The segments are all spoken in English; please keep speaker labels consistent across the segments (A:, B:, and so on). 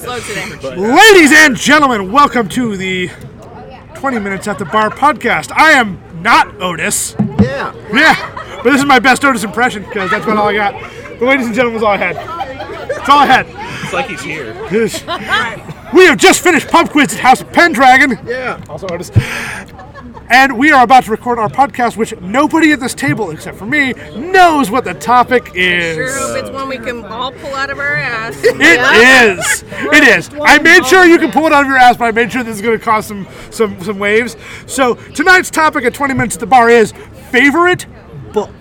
A: slow today.
B: Ladies and gentlemen, welcome to the 20 Minutes at the Bar podcast. I am not Otis.
C: Yeah.
B: Yeah, but this is my best Otis impression because that's about all I got. But ladies and gentlemen, is all I had. It's all I had.
D: It's like he's here.
B: Yes. We have just finished pub quiz at House of Pendragon.
C: Yeah.
B: Also Otis. And we are about to record our podcast, which nobody at this table, except for me, knows what the topic is.
A: Sure hope it's one we can all pull out of our ass.
B: It is. It is. I made sure you can pull it out of your ass, but I made sure this is going to cause some some some waves. So tonight's topic at 20 minutes at the bar is favorite book.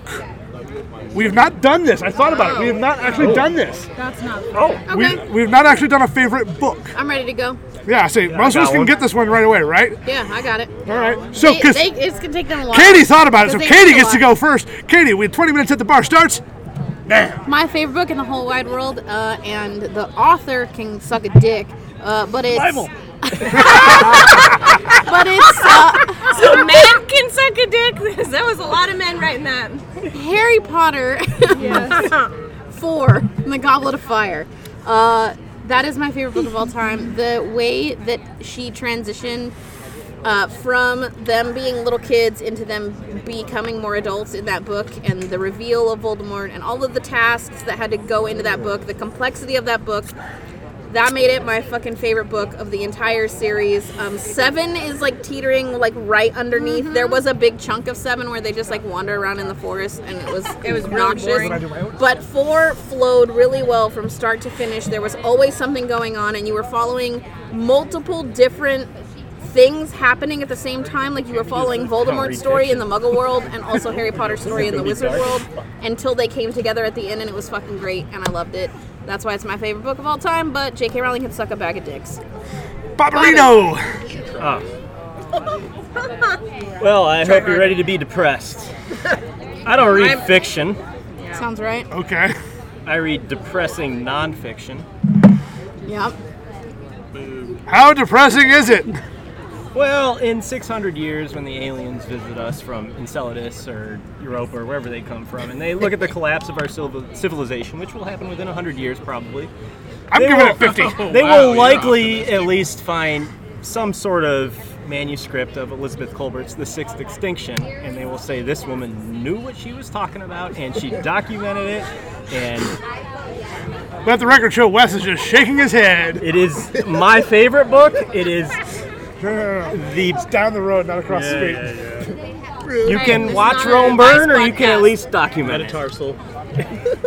B: We have not done this. I thought about it. We have not
D: Oh.
B: actually done this.
A: That's not. Oh, okay.
B: We, we have not actually done a favorite book.
A: I'm ready to go.
B: Yeah, see, most of
D: got
B: us can
D: one.
B: get this one right away, right?
A: Yeah, I got it.
B: All right. So,
A: They-
B: because
A: they- it's gonna take them a while.
B: Katie thought about it, so
A: 'Cause they
B: Katie
A: know
B: gets to
A: a
B: go
A: lot.
B: first. Katie, we have 20 minutes at the bar starts.
E: my favorite book in the whole wide world, uh, and the author can suck a dick, uh, but it's
B: Bible.
E: but it's uh,
A: So men can suck a dick. That was a lot of men writing that.
E: Harry Potter four and the Goblet of Fire. Uh, that is my favorite book of all time. The way that she transitioned uh, from them being little kids into them becoming more adults in that book, and the reveal of Voldemort, and all of the tasks that had to go into that book, the complexity of that book. That made it my fucking favorite book of the entire series. Um, seven is like teetering like right underneath. There was a big chunk of seven where they just like wander around in the forest, and it was it was
A: really
E: obnoxious.
A: boring.
E: But four flowed really well from start to finish. There was always something going on, and you were following multiple different things happening at the same time. Like you were following Voldemort's story in the Muggle world, and also Harry Potter's story in the Wizard world, until they came together at the end, and it was fucking great, and I loved it. That's why it's my favorite book of all time. But J.K. Rowling can suck a bag of dicks.
B: Bobberino.
D: Well, I hope you're ready to be depressed. I don't read fiction.
E: Sounds right.
B: Okay.
D: I read depressing nonfiction.
E: Yep.
B: How depressing is it?
D: Well, in 600 years, when the aliens visit us from Enceladus or Europa or wherever they come from, and they look at the collapse of our civil- civilization, which will happen within 100 years probably,
B: I'm
D: They
B: giving
D: will-
B: it 50.
D: they
F: Oh, wow,
D: will
F: you're
D: likely at least find some sort of manuscript of Elizabeth Culbert's The Sixth Extinction, and they will say this woman knew what she was talking about and she documented it, and
B: Let the record show Wes is just shaking his head.
D: it is my favorite book. It is
B: No, no, no, no.
D: the
B: It's down the road, not across the street.
D: you
A: this
D: can
A: is
D: watch
A: not
D: Rome
A: an
D: burn, or
A: advice
D: you can at
A: podcast.
D: least document it.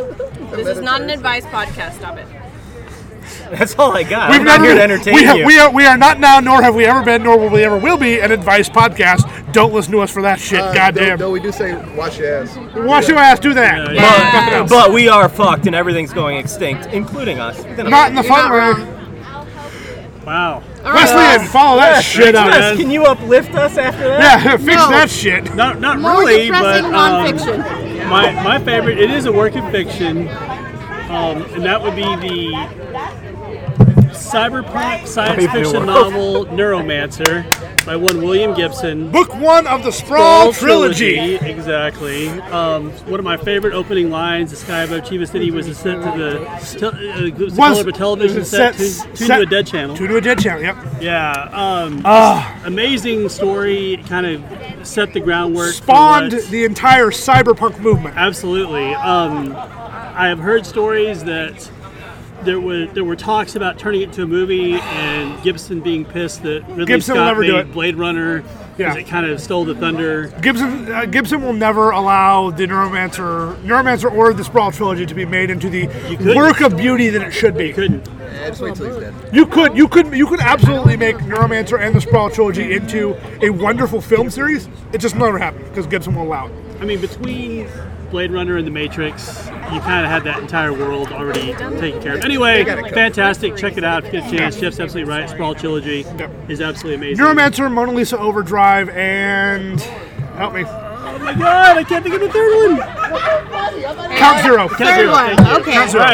A: This is not an advice podcast. Stop it.
D: That's all I got. I'm not
B: never
D: here to
B: been-
D: entertain
B: we, have-
D: you.
B: we are, we are not now, nor have we ever been, nor will we ever will be, an advice podcast. Don't listen to us for that shit.
C: Uh,
B: Goddamn.
C: No, no, we do say wash your ass.
B: Wash your ass, do that.
D: But-
A: Yeah.
D: but, we are fucked, and everything's going extinct, including us. Within a-
B: Not in the
E: You're
B: fun
E: not
B: way.
E: wrong.
F: Wow.
B: Wesley, and follow that shit up.
D: Yes, Can you uplift us after that?
B: Yeah, fix
E: No.
B: that shit.
F: Not not
E: More
F: really, but
E: depressing
F: um,
E: nonfiction.
F: my my favorite. It is a work of fiction, um, and that would be the cyberpunk science fiction novel Neuromancer by one William Gibson.
B: Book one of the Sprawl
F: Skull
B: trilogy.
F: Exactly. Um, one of my favorite opening lines: "The sky above Chiba City was a set to the tel- uh, it was the color of a television set, tuned
B: set-
F: tuned
B: set-
F: to a dead channel."
B: Tuned to a dead channel. Yep.
F: Yeah. Um,
B: Ah.
F: amazing story. It Kind of set the groundwork. for
B: Spawned
F: what-
B: the entire cyberpunk movement.
F: Absolutely. Um, I have heard stories that there were there were talks about turning it into a movie, and Gibson being pissed that Ridley
B: Gibson will
F: Scott
B: never
F: made
B: do it.
F: Blade Runner
B: Yeah.
F: because it kind of stole the thunder.
B: Gibson uh, Gibson will never allow the Neuromancer, Neuromancer or the Sprawl trilogy to be made into the
F: couldn't.
B: work of beauty that it should be.
F: Couldn't.
C: And sweet sleep's dead.
B: You could, you could, you could absolutely make Neuromancer and the Sprawl trilogy into a wonderful film series. It just never happened because Gibson will allow it.
F: I mean, between Blade Runner and The Matrix, you kind of had that entire world already taken care of. Anyway, fantastic. Check it out if you get a chance. Jeff's absolutely right. Sprawl Trilogy is absolutely amazing.
B: Neuromancer, Mona Lisa Overdrive, and help me,
F: Oh my god, I can't think of the third one.
B: Count Zero.
F: Count Zero.
E: one,
F: Thank you.
E: okay.
F: Count Zero. All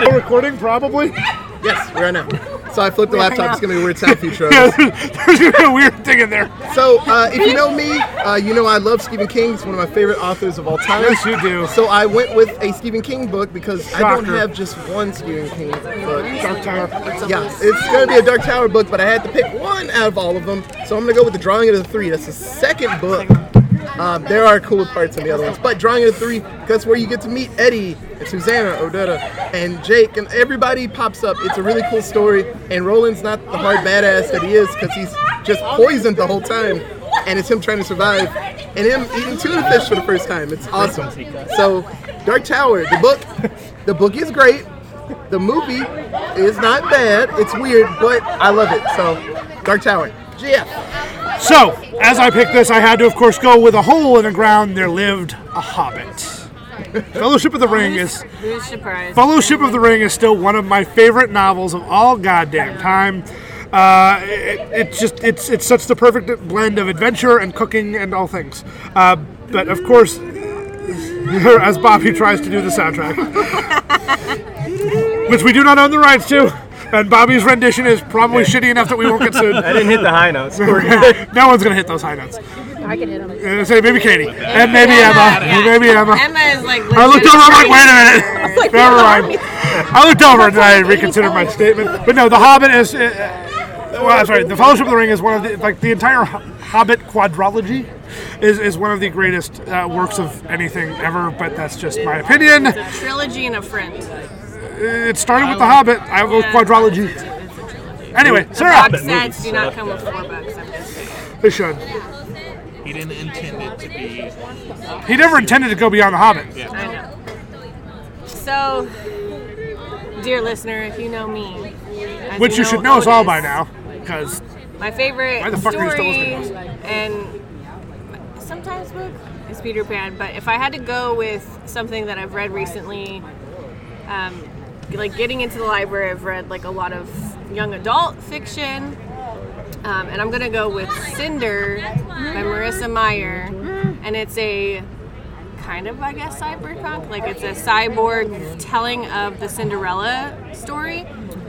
F: right.
B: Recording probably.
C: Yes, right now. So I flipped the
E: Weird
C: laptop.
E: hangout.
C: It's gonna be a weird sound future.
B: There's gonna be a weird thing in there.
C: So uh, if you know me, uh, you know I love Stephen King. He's one of my favorite authors of all time.
B: Yes, you do.
C: So I went with a Stephen King book because I don't
B: Shocker.
C: have just one Stephen King book.
B: Dark Tower.
C: Yeah, it's gonna be a Dark Tower book, but I had to pick one out of all of them. So I'm gonna go with the Drawing of the Three. That's the second book. Um, there are cool parts in the other ones, but Drawing of the Three, that's where you get to meet Eddie and Susanna, Odetta, and Jake, and everybody pops up. It's a really cool story, and Roland's not the hard badass that he is because he's just poisoned the whole time, and it's him trying to survive, and him eating tuna fish for the first time. It's awesome. So, Dark Tower, the book, the book is great. The movie is not bad. It's weird, but I love it. So, Dark Tower. Yeah.
B: So, as I picked this, I had to, of course, go with a hole in the ground. There lived a hobbit. Fellowship of the Ring is
A: Who's surprised?
B: Fellowship of the Ring is still one of my favorite novels of all goddamn time. Uh, it, it's just it's it's such the perfect blend of adventure and cooking and all things. Uh, but of course, as Bobby tries to do the soundtrack, which we do not own the rights to, and Bobby's rendition is probably shitty enough that we won't get sued.
D: I didn't hit the high notes.
B: no one's gonna hit those high notes.
E: I can hit him.
B: Uh, say maybe Katie and maybe Emma,
A: Yeah.
B: and maybe Emma.
A: Emma is like.
B: I looked over. I'm like, wait a minute.
A: like,
B: Never mind. I looked over and I reconsidered my statement. But no, The Hobbit is. Uh, uh, well, I'm sorry. The Fellowship of the Ring is one of the like the entire Ho- Hobbit quadrology is, is one of the greatest uh, works of anything ever. But that's just my opinion.
A: Trilogy and a friend.
B: It started
A: Um,
B: with The Hobbit. I have a quadrology. Anyway, Sarah,
A: Box sets do not come with four bucks. I'm just saying.
B: they should.
G: He didn't intend it to be.
B: He never intended to go beyond The Hobbit.
A: I know. So, dear listener, if you know me, as
B: Which you should know us all by
A: Otis,
B: now, because
A: My favorite
B: Why the fuck are you
A: story
B: still listening to
A: and sometimes book is Peter Pan, but if I had to go with something that I've read recently, um, like getting into the library, I've read like a lot of young adult fiction. Um, and I'm gonna go with Cinder by Marissa Meyer, and it's a kind of, I guess, cyberpunk. Like it's a cyborg telling of the Cinderella story,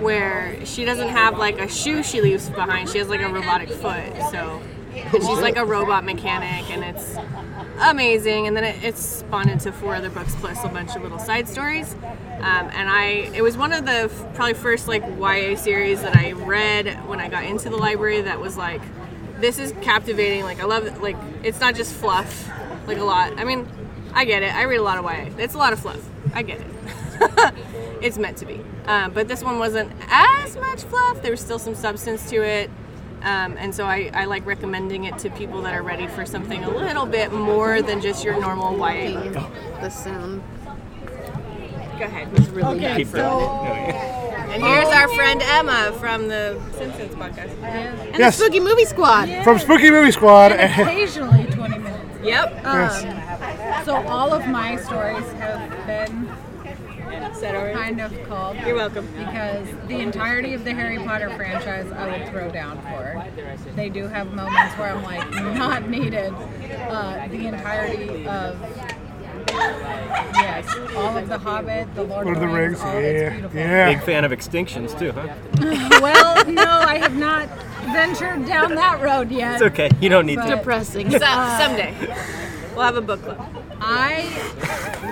A: where she doesn't have like a shoe she leaves behind. She has like a robotic foot, so and she's like a robot mechanic, and it's amazing. And then it, it's spawned into four other books plus a bunch of little side stories. Um, and I, it was one of the f- probably first like YA series that I read when I got into the library. That was like, this is captivating. Like I love, like it's not just fluff. Like a lot. I mean, I get it. I read a lot of YA. It's a lot of fluff. I get it. it's meant to be. Um, but this one wasn't as much fluff. There was still some substance to it. Um, and so I, I like recommending it to people that are ready for something a little bit more than just your normal YA. book.
E: The sound.
A: Go ahead.
D: Keep it. No,
A: And here's our friend Emma from the Simpsons podcast.
E: And
B: Yes.
E: the Spooky Movie Squad.
B: from Spooky Movie Squad.
H: occasionally 20 minutes.
A: Yep.
E: Oh.
H: Um, so all of my stories have been
A: Said already.
H: kind of called
A: You're welcome.
H: because the entirety of the Harry Potter franchise I would throw down for. They do have moments where I'm like, not needed. Uh, the entirety of yes, all of the Hobbit, the Lord,
B: Lord of the Rings.
H: all, Oh, it's
B: Yeah,
H: beautiful.
D: Big
B: yeah.
D: fan of extinctions too, huh?
H: Well, no, I have not ventured down that road yet.
D: It's okay. You don't need to.
H: But
E: Depressing.
A: So, someday we'll have a book club.
H: I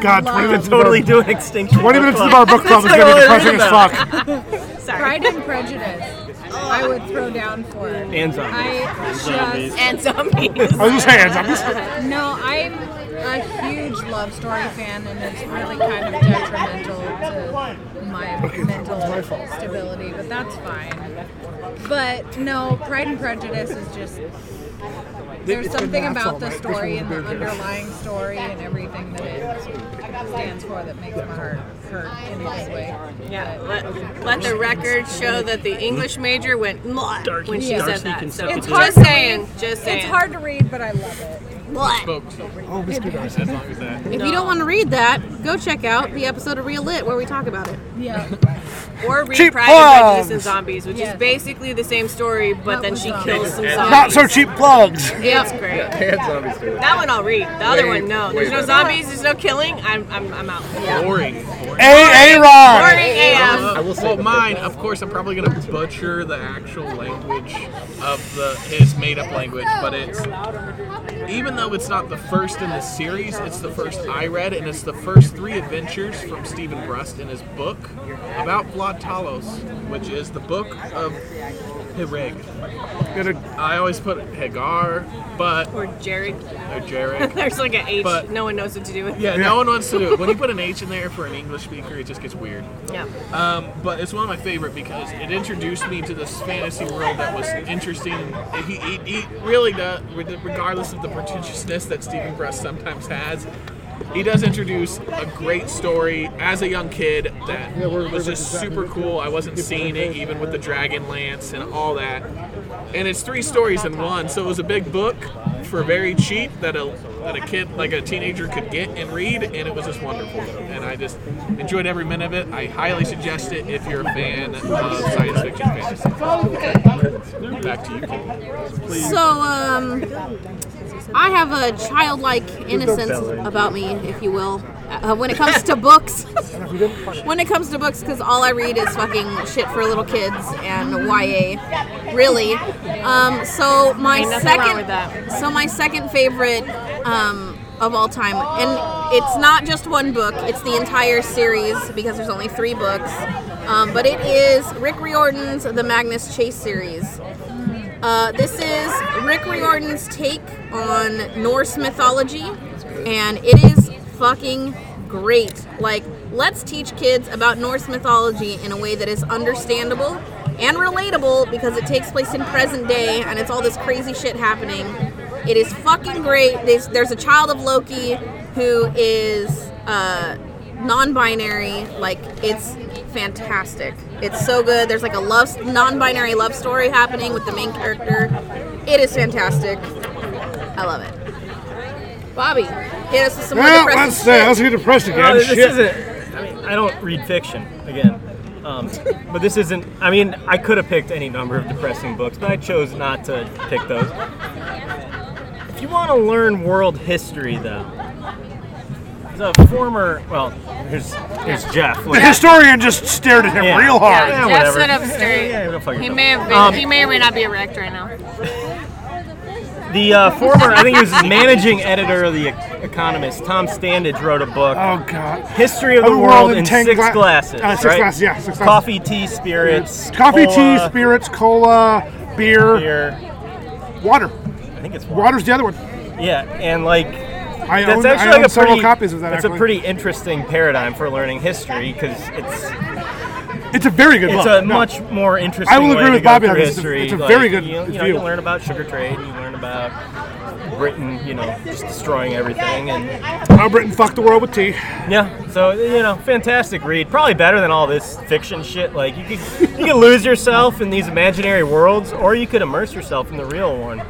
B: God, 20
H: Love.
B: minutes of our-
D: Totally do an extinction.
B: 20 minutes of our book club is
D: what
B: going to be
D: I was
B: depressing as
D: about.
B: fuck.
A: Sorry.
H: Pride and Prejudice. I would throw down for it.
D: And zombies.
H: I
A: And zombies.
B: I was just saying, I'm just,
H: just no. I'm a huge love story fan, and it's really kind of detrimental to my mental stability. But that's fine. But no, Pride and Prejudice is just. There's something about the story and the underlying story and everything that it stands for that makes my heart hurt in this way.
A: Yeah, let, let the record show that the English major went "Mwah" when she
H: Darcy
A: said that. So
H: It's
A: just
H: hard to
A: saying, just saying.
H: It's hard to read, but I love it.
E: What?
G: Spoke to you.
B: Oh, whiskey
G: As long as that.
E: If you don't want to read that, go check out the episode of Real Lit where we talk about it.
H: Yeah.
A: Or read
B: Cheap
A: Pride and Prejudice and
B: Plugs.
A: Zombies, which
H: Yeah.
A: is basically the same story, but
H: But
A: then
H: with
A: she
H: zombies.
A: kills some
G: Not
A: zombies.
B: Not so cheap plugs.
A: It's great.
C: And zombies do it.
A: That one I'll read. The other
C: Way-
A: one, no.
C: way
A: There's no
C: better.
A: zombies. There's no killing. I'm, I'm, I'm out.
G: Boring. Boring.
B: A A
A: Boring
B: Ron.
A: AF.
C: I will say
G: well,
C: the
G: mine, of course, I'm probably gonna butcher the actual language of the his made-up language, but it's even though it's not the first in the series, it's the first I read, and it's the first three adventures from Stephen Brust in his book about Vlad Talos, which is the book of Hireg. I always put Hagar, but
A: Or Jared.
G: or Jarek.
A: There's like an H.
G: But-
A: no one knows what to do with.
G: Yeah, no one wants to do it. When you put an H in there for an English speaker, it just gets weird.
A: Yeah.
G: Um, but it's one of my favorite because it introduced me to this fantasy world that was interesting. And he, he, he really, does, regardless of the pretentiousness that Stephen Press sometimes has, he does introduce a great story as a young kid that was just super cool. I wasn't seeing it even with the Dragon Lance and all that. And it's three stories in one, so it was a big book for very cheap that a that a kid like a teenager could get and read, and it was just wonderful. And I just enjoyed every minute of it. I highly suggest it if you're a fan of science fiction fantasy. Back to you. Kate.
E: So, um, I have a childlike innocence about me, if you will, uh, when it comes to books. when it comes to books, because all I read is fucking shit for little kids and YA, really. Um, so my
A: Ain't nothing wrong
E: second,
A: with that.
E: so my second favorite um, of all time, and it's not just one book; it's the entire series because there's only three books. Um, but it is Rick Riordan's The Magnus Chase series. Uh, this is Rick Riordan's take on Norse mythology, and it is fucking great. Like, let's teach kids about Norse mythology in a way that is understandable and relatable because it takes place in present day and it's all this crazy shit happening. It is fucking great. There's, there's a child of Loki who is uh, non-binary. Like, it's fantastic. It's so good. There's like a love non-binary love story happening with the main character. It is fantastic. I love it. Bobby, hit us with some more
B: Well, let's,
E: depressing
B: uh, let's
E: shit.
B: get depressed again.
D: Well, Oh, this
B: Shit.
D: isn't. I mean, I don't read fiction again, um, but this isn't. I mean, I could have picked any number of depressing books, but I chose not to pick those. If you want to learn world history, though, there's a former. Well, here's here's Jeff.
B: The
D: Look,
B: historian just stared at him
D: Yeah.
B: real hard.
A: Yeah,
D: Yeah,
A: Jeff
D: whatever.
A: stood up
D: Yeah, yeah, yeah, go fuck
A: straight. He
D: yourself.
A: may have been.
D: Um,
A: he may or may not be erect right now.
D: the uh, former, I think he was managing editor of the Economist, Tom Standage, wrote a book.
B: Oh God.
D: History of the
B: Oh,
D: world
B: well,
D: in
B: ten
D: six
B: gla-
D: glasses.
B: uh, six
D: right?
B: glasses, yeah, six glasses.
D: Coffee, tea, spirits.
B: Coffee, tea,
D: cola,
B: spirits, cola, beer,
D: beer.
B: water.
D: I think it's water.
B: Water's the other one.
D: Yeah, and like
B: I
D: that's
B: own,
D: actually
B: I
D: like
B: own
D: a
B: several
D: pretty,
B: copies of that.
D: That's
B: actually.
D: a pretty interesting paradigm for learning history because it's
B: It's a very good
D: it's
B: book.
D: a
B: No.
D: much more interesting.
B: I will
D: way
B: agree
D: to
B: with
D: go
B: Bobby
D: through
B: on this. It's a-
D: history.
B: it's a
D: Like,
B: very good
D: You, you know,
B: view.
D: you learn about sugar trade. You learn about Britain. You know, just destroying everything and
B: How Britain fucked the world with tea.
D: yeah. So you know, fantastic read. Probably better than all this fiction shit. Like you could you could lose yourself in these imaginary worlds, or you could immerse yourself in the real one.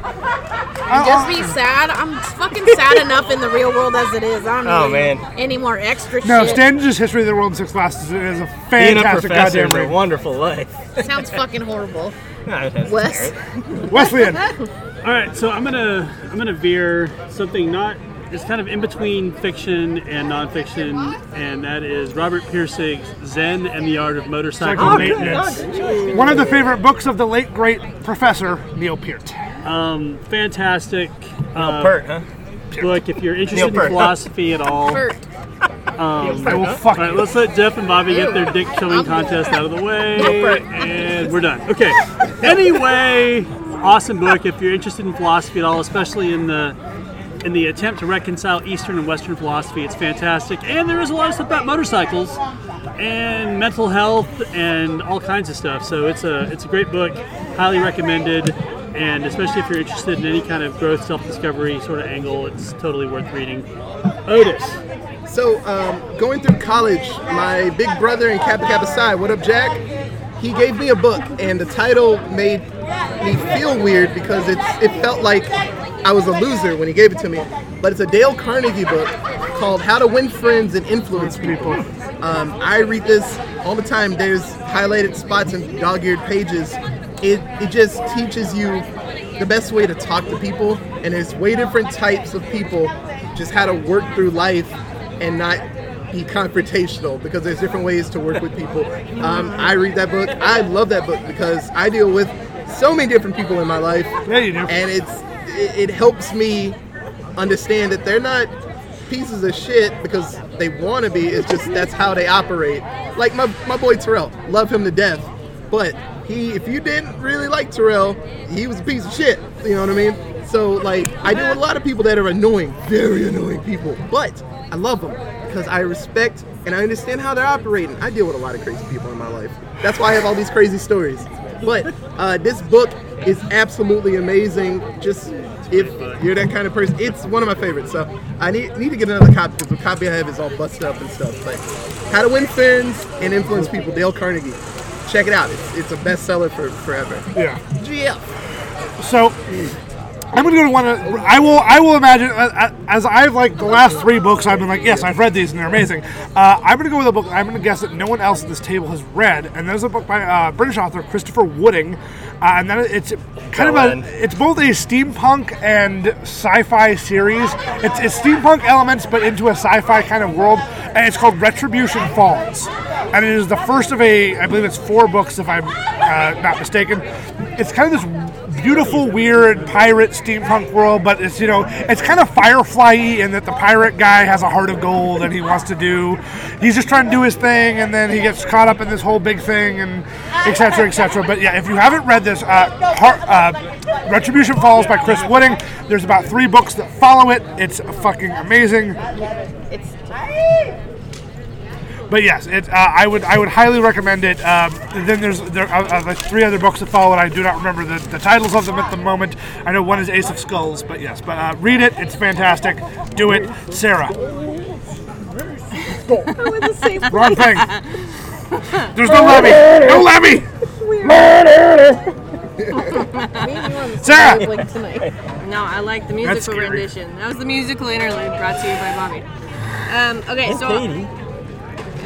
E: Just be sad. I'm fucking sad enough in the real world as it is. I don't
D: Oh,
E: need
D: man.
E: any more extra
B: No,
E: shit.
B: Standish's History of the World in Six Glasses is a
D: Being a
B: fantastic
D: professor
B: goddamn
D: is a
B: read.
D: wonderful life.
E: Sounds fucking horrible.
D: Nah, it has
E: Wes,
B: Wesleyan.
F: All right, so I'm gonna I'm gonna veer something not it's kind of in between fiction and nonfiction, and that is Robert Pirsig's Zen and the Art of Motorcycle
B: Oh, good.
F: Maintenance.
B: One of the favorite books of the late great Professor Neil Peart.
F: Um, fantastic uh,
D: Pert, huh?
F: book if you're
D: Neil
F: interested in
D: Peart.
F: philosophy at all. All
E: Bert,
B: I will fuck
F: right,
B: you.
F: let's let Jeff and Bobby get their dick showing contest out of the way, and we're done. Okay. Anyway, awesome book if you're interested in philosophy at all, especially in the in the attempt to reconcile Eastern and Western philosophy. It's fantastic. And there is a lot of stuff about motorcycles and mental health and all kinds of stuff. So it's a it's a great book, highly recommended. And especially if you're interested in any kind of growth, self-discovery sort of angle, it's totally worth reading. Otis,
C: So, um, going through college, my big brother in Kappa Kappa Psi, what up, Jack? He gave me a book, and the title made me feel weird because it's it felt like I was a loser when he gave it to me. But it's a Dale Carnegie book called How to Win Friends and Influence People. Um, I read this all the time. There's highlighted spots and dog-eared pages. It it just teaches you the best way to talk to people, and there's way different types of people. Just how to work through life and not be confrontational because there's different ways to work with people. Um, I read that book. I love that book because I deal with so many different people in my life.
B: Yeah, you do.
C: And it's it, it helps me understand that they're not pieces of shit because they want to be. It's just that's how they operate. Like my my boy Terrell, love him to death, but he if you didn't really like Terrell, he was a piece of shit. You know what I mean? So like I deal with a lot of people that are annoying, very annoying people, but I love them because I respect and I understand how they're operating. I deal with a lot of crazy people in my life. That's why I have all these crazy stories. But uh, this book is absolutely amazing. Just if you're that kind of person, it's one of my favorites. So I need, need to get another copy because the copy I have is all busted up and stuff. But How to Win Friends and Influence People, Dale Carnegie. Check it out. It's, it's a bestseller for forever.
B: Yeah.
C: Yeah.
B: So I'm gonna go to one. Of, I will. I will imagine uh, as I've like the last three books. I've been like, yes, I've read these and they're amazing. Uh, I'm gonna go with a book. I'm gonna guess that no one else at this table has read, and there's a book by uh, British author Christopher Wooding, uh, and then it's kind of
D: Ellen.
B: a. It's both a steampunk and sci-fi series. It's, it's steampunk elements, but into a sci-fi kind of world, and it's called Retribution Falls, and it is the first of a. I believe it's four books, if I'm uh, not mistaken. It's kind of this beautiful, weird pirate steampunk world, but it's you know it's kind of Firefly-y in that the pirate guy has a heart of gold and he wants to do, he's just trying to do his thing, and then he gets caught up in this whole big thing and etc. Cetera, etc. But yeah, if you haven't read this, uh, Har- uh, Retribution Falls by Chris Wooding, there's about three books that follow it. It's fucking amazing. But yes, it, uh, I would I would highly recommend it. Um, and then there's there are, are like three other books that follow, and I do not remember the, the titles of them at the moment. I know one is Ace of Skulls, but yes, but uh, read it. It's fantastic. Do it, Sarah.
E: Uh,
B: Wrong thing. There's no Levy. No Levy. Sarah.
A: No, I like the musical
B: scary.
A: rendition. That was the musical interlude brought to you by Bobby. Um, okay, so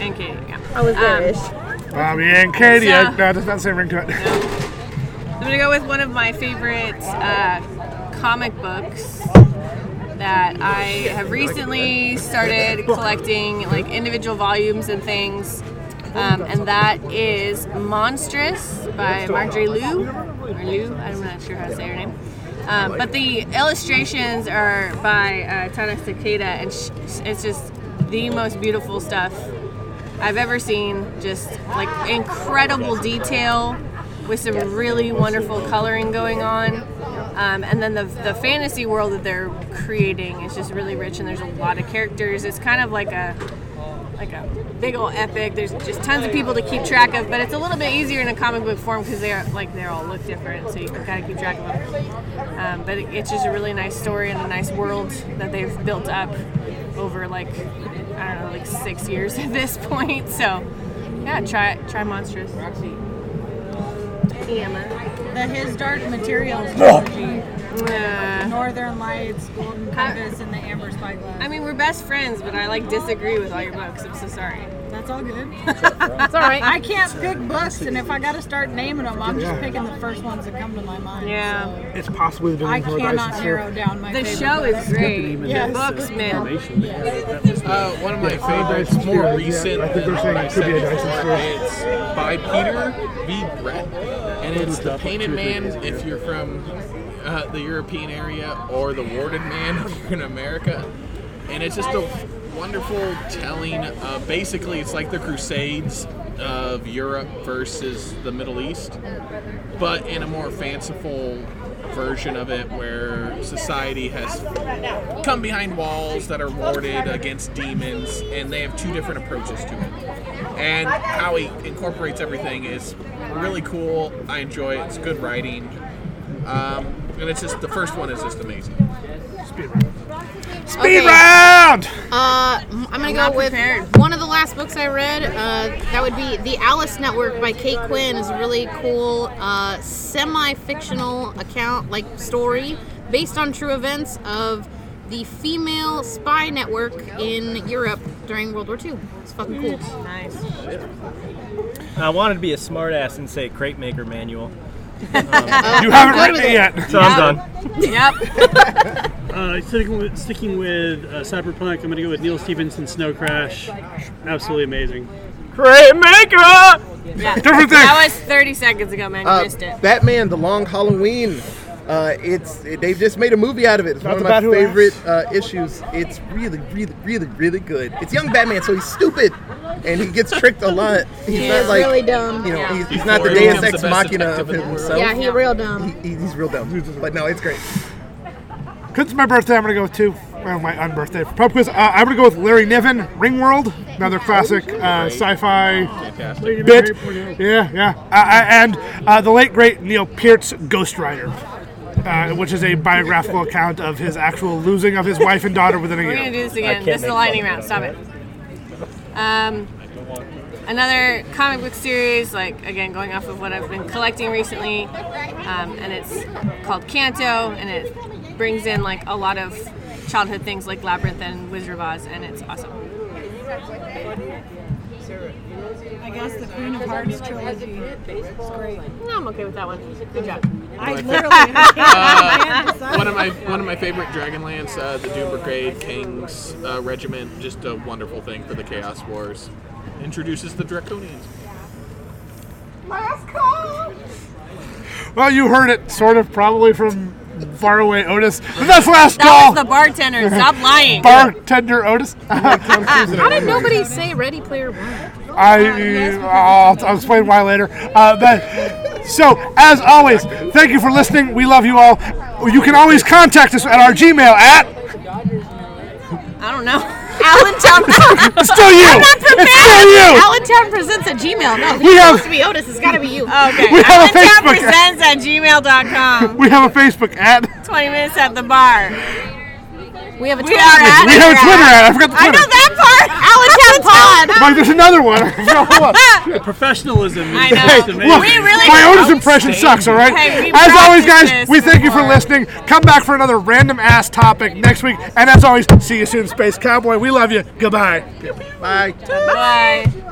A: and Katie, yeah. Um,
I: I was Irish.
B: Bobby and Katie.
A: Sarah.
B: No, that's not the same ring to it.
A: I'm gonna go with one of my favorite uh, comic books that I have recently started collecting, like individual volumes and things, um, and that is Monstrous by Marjorie Liu. Or Liu, I'm not sure how to say her name. Um, but the illustrations are by uh, Tana Cicada, and sh- it's just the most beautiful stuff I've ever seen. Just like incredible detail with some really wonderful coloring going on. Um, and then the, the fantasy world that they're creating is just really rich, and there's a lot of characters. It's kind of like a like a big old epic. There's just tons of people to keep track of, but it's a little bit easier in a comic book form because they are like they all look different, so you can kind of keep track of them. Um, but it, it's just a really nice story and a nice world that they've built up over like I don't know, like six years at this point. So yeah, try try monstrous.
H: The His Dark Materials trilogy,
A: Uh,
H: Northern Lights,
E: Uh,
H: Golden Compass, and the Amber Spyglass.
A: I mean, we're best friends, but I like disagree with all your books. I'm so sorry.
H: That's all good. it's all right. I can't pick books, and if I got to start naming them, I'm just picking the first ones that come to my mind.
A: Yeah.
H: so
B: It's possibly the
H: I cannot narrow down my.
A: The
H: favorite
A: show
H: book.
A: is great.
H: Yes.
A: The books, man.
G: Uh, one of my favorites, more recent.
B: I think they're saying it could be a Dyson store.
G: It's by Peter V. Brett, and it's the Painted Man. If you're from uh, the European area, or the Warded Man if you're in America, and it's just a wonderful telling. Uh, basically, it's like the Crusades of Europe versus the Middle East but in a more fanciful version of it where society has come behind walls that are warded against demons and they have two different approaches to it and how he incorporates everything is really cool i enjoy it it's good writing um, and it's just the first one is just amazing
B: Speed round.
E: Uh, m- I'm gonna go with one of the last books I read. Uh, that would be The Alice Network by Kate Quinn. is a really cool uh, semi-fictional account, like story based on true events of the female spy network in Europe during World War II. It's fucking cool.
A: Nice.
D: I wanted to be a smartass and say crate maker manual.
B: You haven't
E: good
B: read
E: with
B: it
E: it.
B: yet.
D: So I'm done.
A: Yep.
F: Uh, sticking with, sticking with uh, Cyberpunk, I'm going to go with Neil Stevenson Snow Crash. Absolutely amazing.
D: Crate maker!
A: Yeah.
B: Different thing.
A: That was 30 seconds ago, man. You
C: Uh,
A: missed it.
C: Batman: The Long Halloween. Uh, it's it, they've just made a movie out of it. It's one of
B: the
C: my
B: Bat Who
C: favorite uh, issues. It's really, really, really, really good. It's young Batman, so he's stupid, and he gets tricked a lot. He's
E: He's
C: not like
E: really dumb.
C: you know,
A: Yeah.
C: he's, he's not the
G: Before he
C: Deus
G: becomes
C: Ex
G: the best
C: Machina of
G: detective in the world.
C: himself.
E: yeah, he real dumb.
C: He, he's real dumb, but no, it's great.
B: Because it's my birthday, I'm going to go with two. Well, my unbirthday. Pop quiz. Uh, I'm going to go with Larry Niven, Ringworld, another classic uh, sci fi
G: Fantastic.
B: bit. Yeah, yeah. Uh, I- and uh, the late, great Neil Peart's Ghost Rider. Uh, which is a biographical account of his actual losing of his wife and daughter within a
A: We're gonna
B: year.
A: do this again. This is the lightning round. Stop it. Um, another comic book series, like again, going off of what I've been collecting recently, um, and it's called Canto, and it brings in like a lot of childhood things like Labyrinth and Wizard of Oz, and it's awesome.
I: I guess the Queen of Hearts trilogy. It's great.
A: No, I'm okay with that one. Good job.
I: I literally I can't decide.
G: Uh, One of my one of my favorite Dragonlance, uh, the Doom Brigade Kings uh, Regiment, just a wonderful thing for the Chaos Wars. Introduces the Draconians.
B: Well, you heard it sort of probably from faraway Otis. But that's last
A: That
B: call.
A: was the bartender. Stop lying.
B: bartender Otis.
E: How did nobody say Ready Player One?
B: I, I'll, I'll explain why later. Uh, but so, as always, thank you for listening. We love you all. You can always contact us at our Gmail at
A: I don't know.
E: Allentown.
B: it's still you. It's still you.
E: Allentown presents at Gmail. No,
B: We
E: it's
B: have-
E: supposed to be Otis. It's got to be you.
A: Okay.
B: We have a
A: Allentown
B: Facebook.
A: presents at gmail.com.
B: We have a Facebook at.
A: 20 minutes at the bar.
E: we have a
A: We
E: Twitter.
A: are at
B: We have a Twitter ad. I forgot the
A: I know
B: Twitter.
A: that part. Allentown Pod.
B: I'm Like, there's another one. Hold on.
F: Professionalism is
A: I know.
F: just amazing.
B: Look,
A: We really-
B: my Otis impression sucks, all right?
A: Hey, we
B: as always,
A: practiced this
B: guys, we thank you for
A: before.
B: listening. Come back for another random ass topic next week. And as always, see you soon, Space Cowboy. We love you. Goodbye.
C: Bye.
A: Bye.